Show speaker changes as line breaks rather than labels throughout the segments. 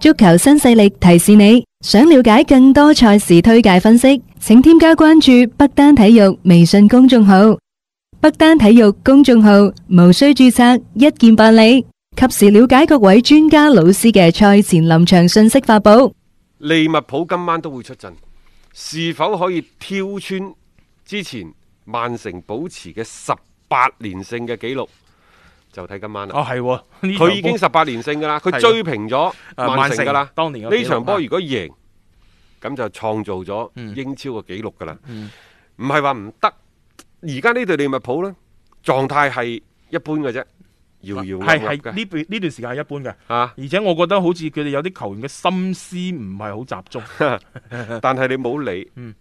足球新勢力提示你，想了解更多賽事推介分析，請添加關注北單體育微信公眾號。北單體育公眾號無需註冊，一鍵辦理，及時了解各位專家老師嘅賽前臨場信息發布。
利物浦今晚都會出陣，是否可以挑穿之前曼城保持嘅十八連勝嘅紀錄？就睇今晚啦。
哦，係喎，呢場
佢已經十八連勝㗎啦，佢
係啊
追平咗
啊
曼城㗎
曼
啦
城。當年啊嘅紀錄
呢場波如果贏，咁就創造咗
嗯
英超嘅紀錄㗎啦。唔係話唔得，而家呢隊利物浦呢，狀態係一般嘅啫，搖搖
係
岌岌
係
嘅
呢段呢段時間係一般嘅，
嚇。
而且我覺得好似佢哋有啲球員嘅心思唔係好 集中，
但係你冇理
嗯，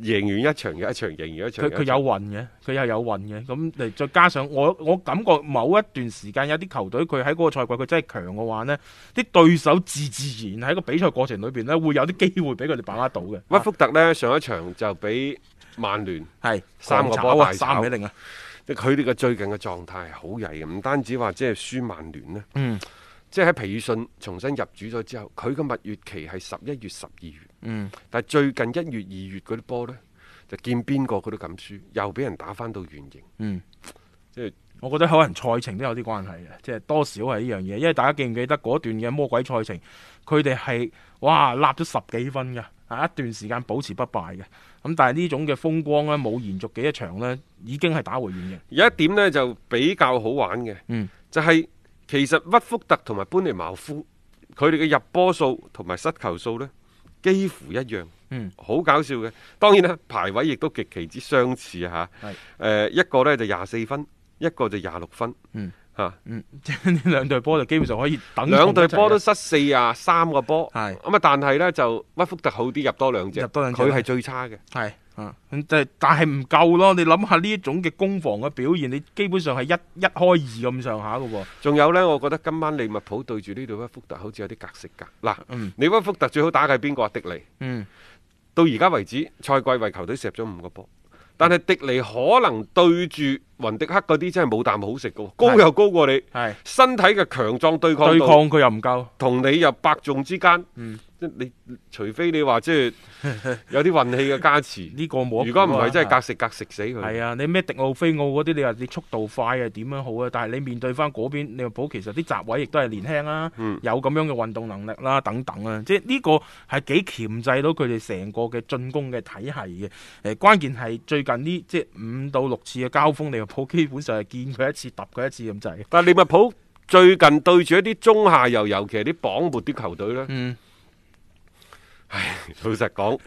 贏完一場又一場，贏完一場
佢
又
佢
一
有
場
運嘅，佢又有運嘅，咁嚟再加上我我感覺某一段時間有啲球隊佢喺嗰個賽季佢真係強嘅話呢啲對手自自然喺個比賽過程裏邊呢會有啲機會俾佢哋把握到嘅。
屈福特呢，上一場就俾曼聯。
係
三個
狂
波
炒啊
大炒
三比零啊！
即係佢哋嘅最近嘅狀態係好曳嘅，唔單止話即係輸曼聯呢，
嗯
即係喺皮爾遜重新入主咗之後，佢嘅蜜月期係十一月、十二月，
嗯，
但係最近一月、二月嗰啲波呢，就見邊個佢都敢輸，又俾人打翻到原形。
嗯，
即係
我覺得可能賽程都有啲關係嘅，即係多少係呢樣嘢。因為大家記唔記得嗰段嘅魔鬼賽程，佢哋係哇立咗十幾分嘅，啊一段時間保持不敗嘅。咁但係呢種嘅風光咧，冇延續幾一場咧，已經係打回原形。
有一點呢，就比較好玩嘅，
嗯
就係其實屈福特同埋班尼茅夫佢哋嘅入波數同埋失球數呢，幾乎一樣。
嗯，
好搞笑嘅。當然啦，排位亦都極其之相似啊嚇。誒、
係
一個呢就廿四分，一個就廿六分。
嗯
嚇，
嗯， 即係呢兩隊波就基本上可以等
兩隊波都
同一
失
齊
四啊三個波。
係
咁啊，但係呢，就屈福特好啲，入多兩隻。
入多兩隻
佢係最差嘅。
嘅係啊，咁即係但係唔夠咯。你諗下呢一種嘅攻防嘅表現，你基本上係一一開二咁上下嘅喎。
仲有呢，我覺得今晚利物浦對住呢隊屈福特好似有啲格式格。嗱，
嗯
你屈福特最好打嘅係邊個啊？迪尼。
嗯，
到而家為止，賽季為球隊射入咗五個波，但係迪尼可能對住雲迪克嗰啲真係冇啖好食嘅喎，高又高過你，
係
身體嘅強壯對抗
對抗
度
佢又唔夠。
同你又百中之間，
嗯
即係你除非你話即 係有啲運氣嘅加持，
呢個冇得
如果唔
估啊
係真係格食格食死佢。
係啊，你咩迪奧菲奧嗰啲，你話你速度快啊，點樣好啊？但係你面對翻嗰邊利物浦，其實啲閘位亦都係年輕啦，
嗯
有咁樣嘅運動能力啦，等等啊，即係呢個係幾鉗制到佢哋成個嘅進攻嘅體系嘅。誒、關鍵係最近呢，即係五到六次嘅交鋒，利物浦基本上係見佢一次揼佢一次咁滯。
但係利物浦最近對住一啲中下游，尤其係啲榜末啲球隊呢，
嗯，
老實講，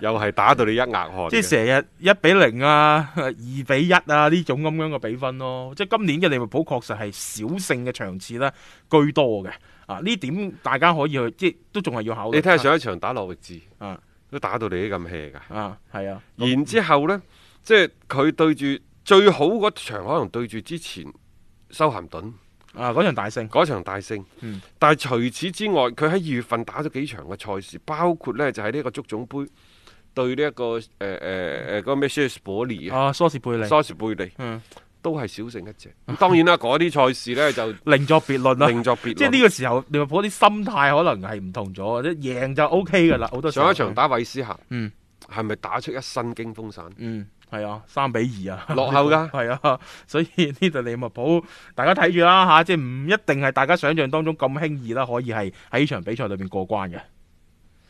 又係打到你一額汗嘅。
即係成日一比零啊， 二比一啊呢種咁樣嘅比分咯。即係今年嘅利物浦確實係小勝嘅場次咧居多嘅。啊，呢點大家可以去，即係都仲係要考慮。
你睇下上一場打諾域治，
啊
都打到你啲咁 hea 㗎。
啊，係啊，
然之後呢，即係佢對住最好嗰場，可能對住之前修咸頓
啊嗰場大勝，
嗰場大勝。
嗯
但係除此之外，佢喺二月份打咗幾場嘅賽事，包括呢就喺呢一個足總杯對呢、一個誒誒誒呃嗰個咩蘇斯波利啊、
啊，梳士貝利，
蘇士貝利
嗯，
都係小勝一隻。咁當然啦，嗰啲賽事呢 就
另作別論啦。
另作別論。
即係呢個時候，利物浦啲心態可能係唔同咗，即係贏就 O K 噶啦。好多時候
上一場，打韋斯咸，
嗯
係咪打出一身驚風散？
嗯，係啊，三比二啊，
落後㗎
係啊，所以 呢隊利物浦，大家睇住啦吓，即係唔一定係大家想象當中咁輕易啦，可以係喺呢場比賽裏邊過關嘅。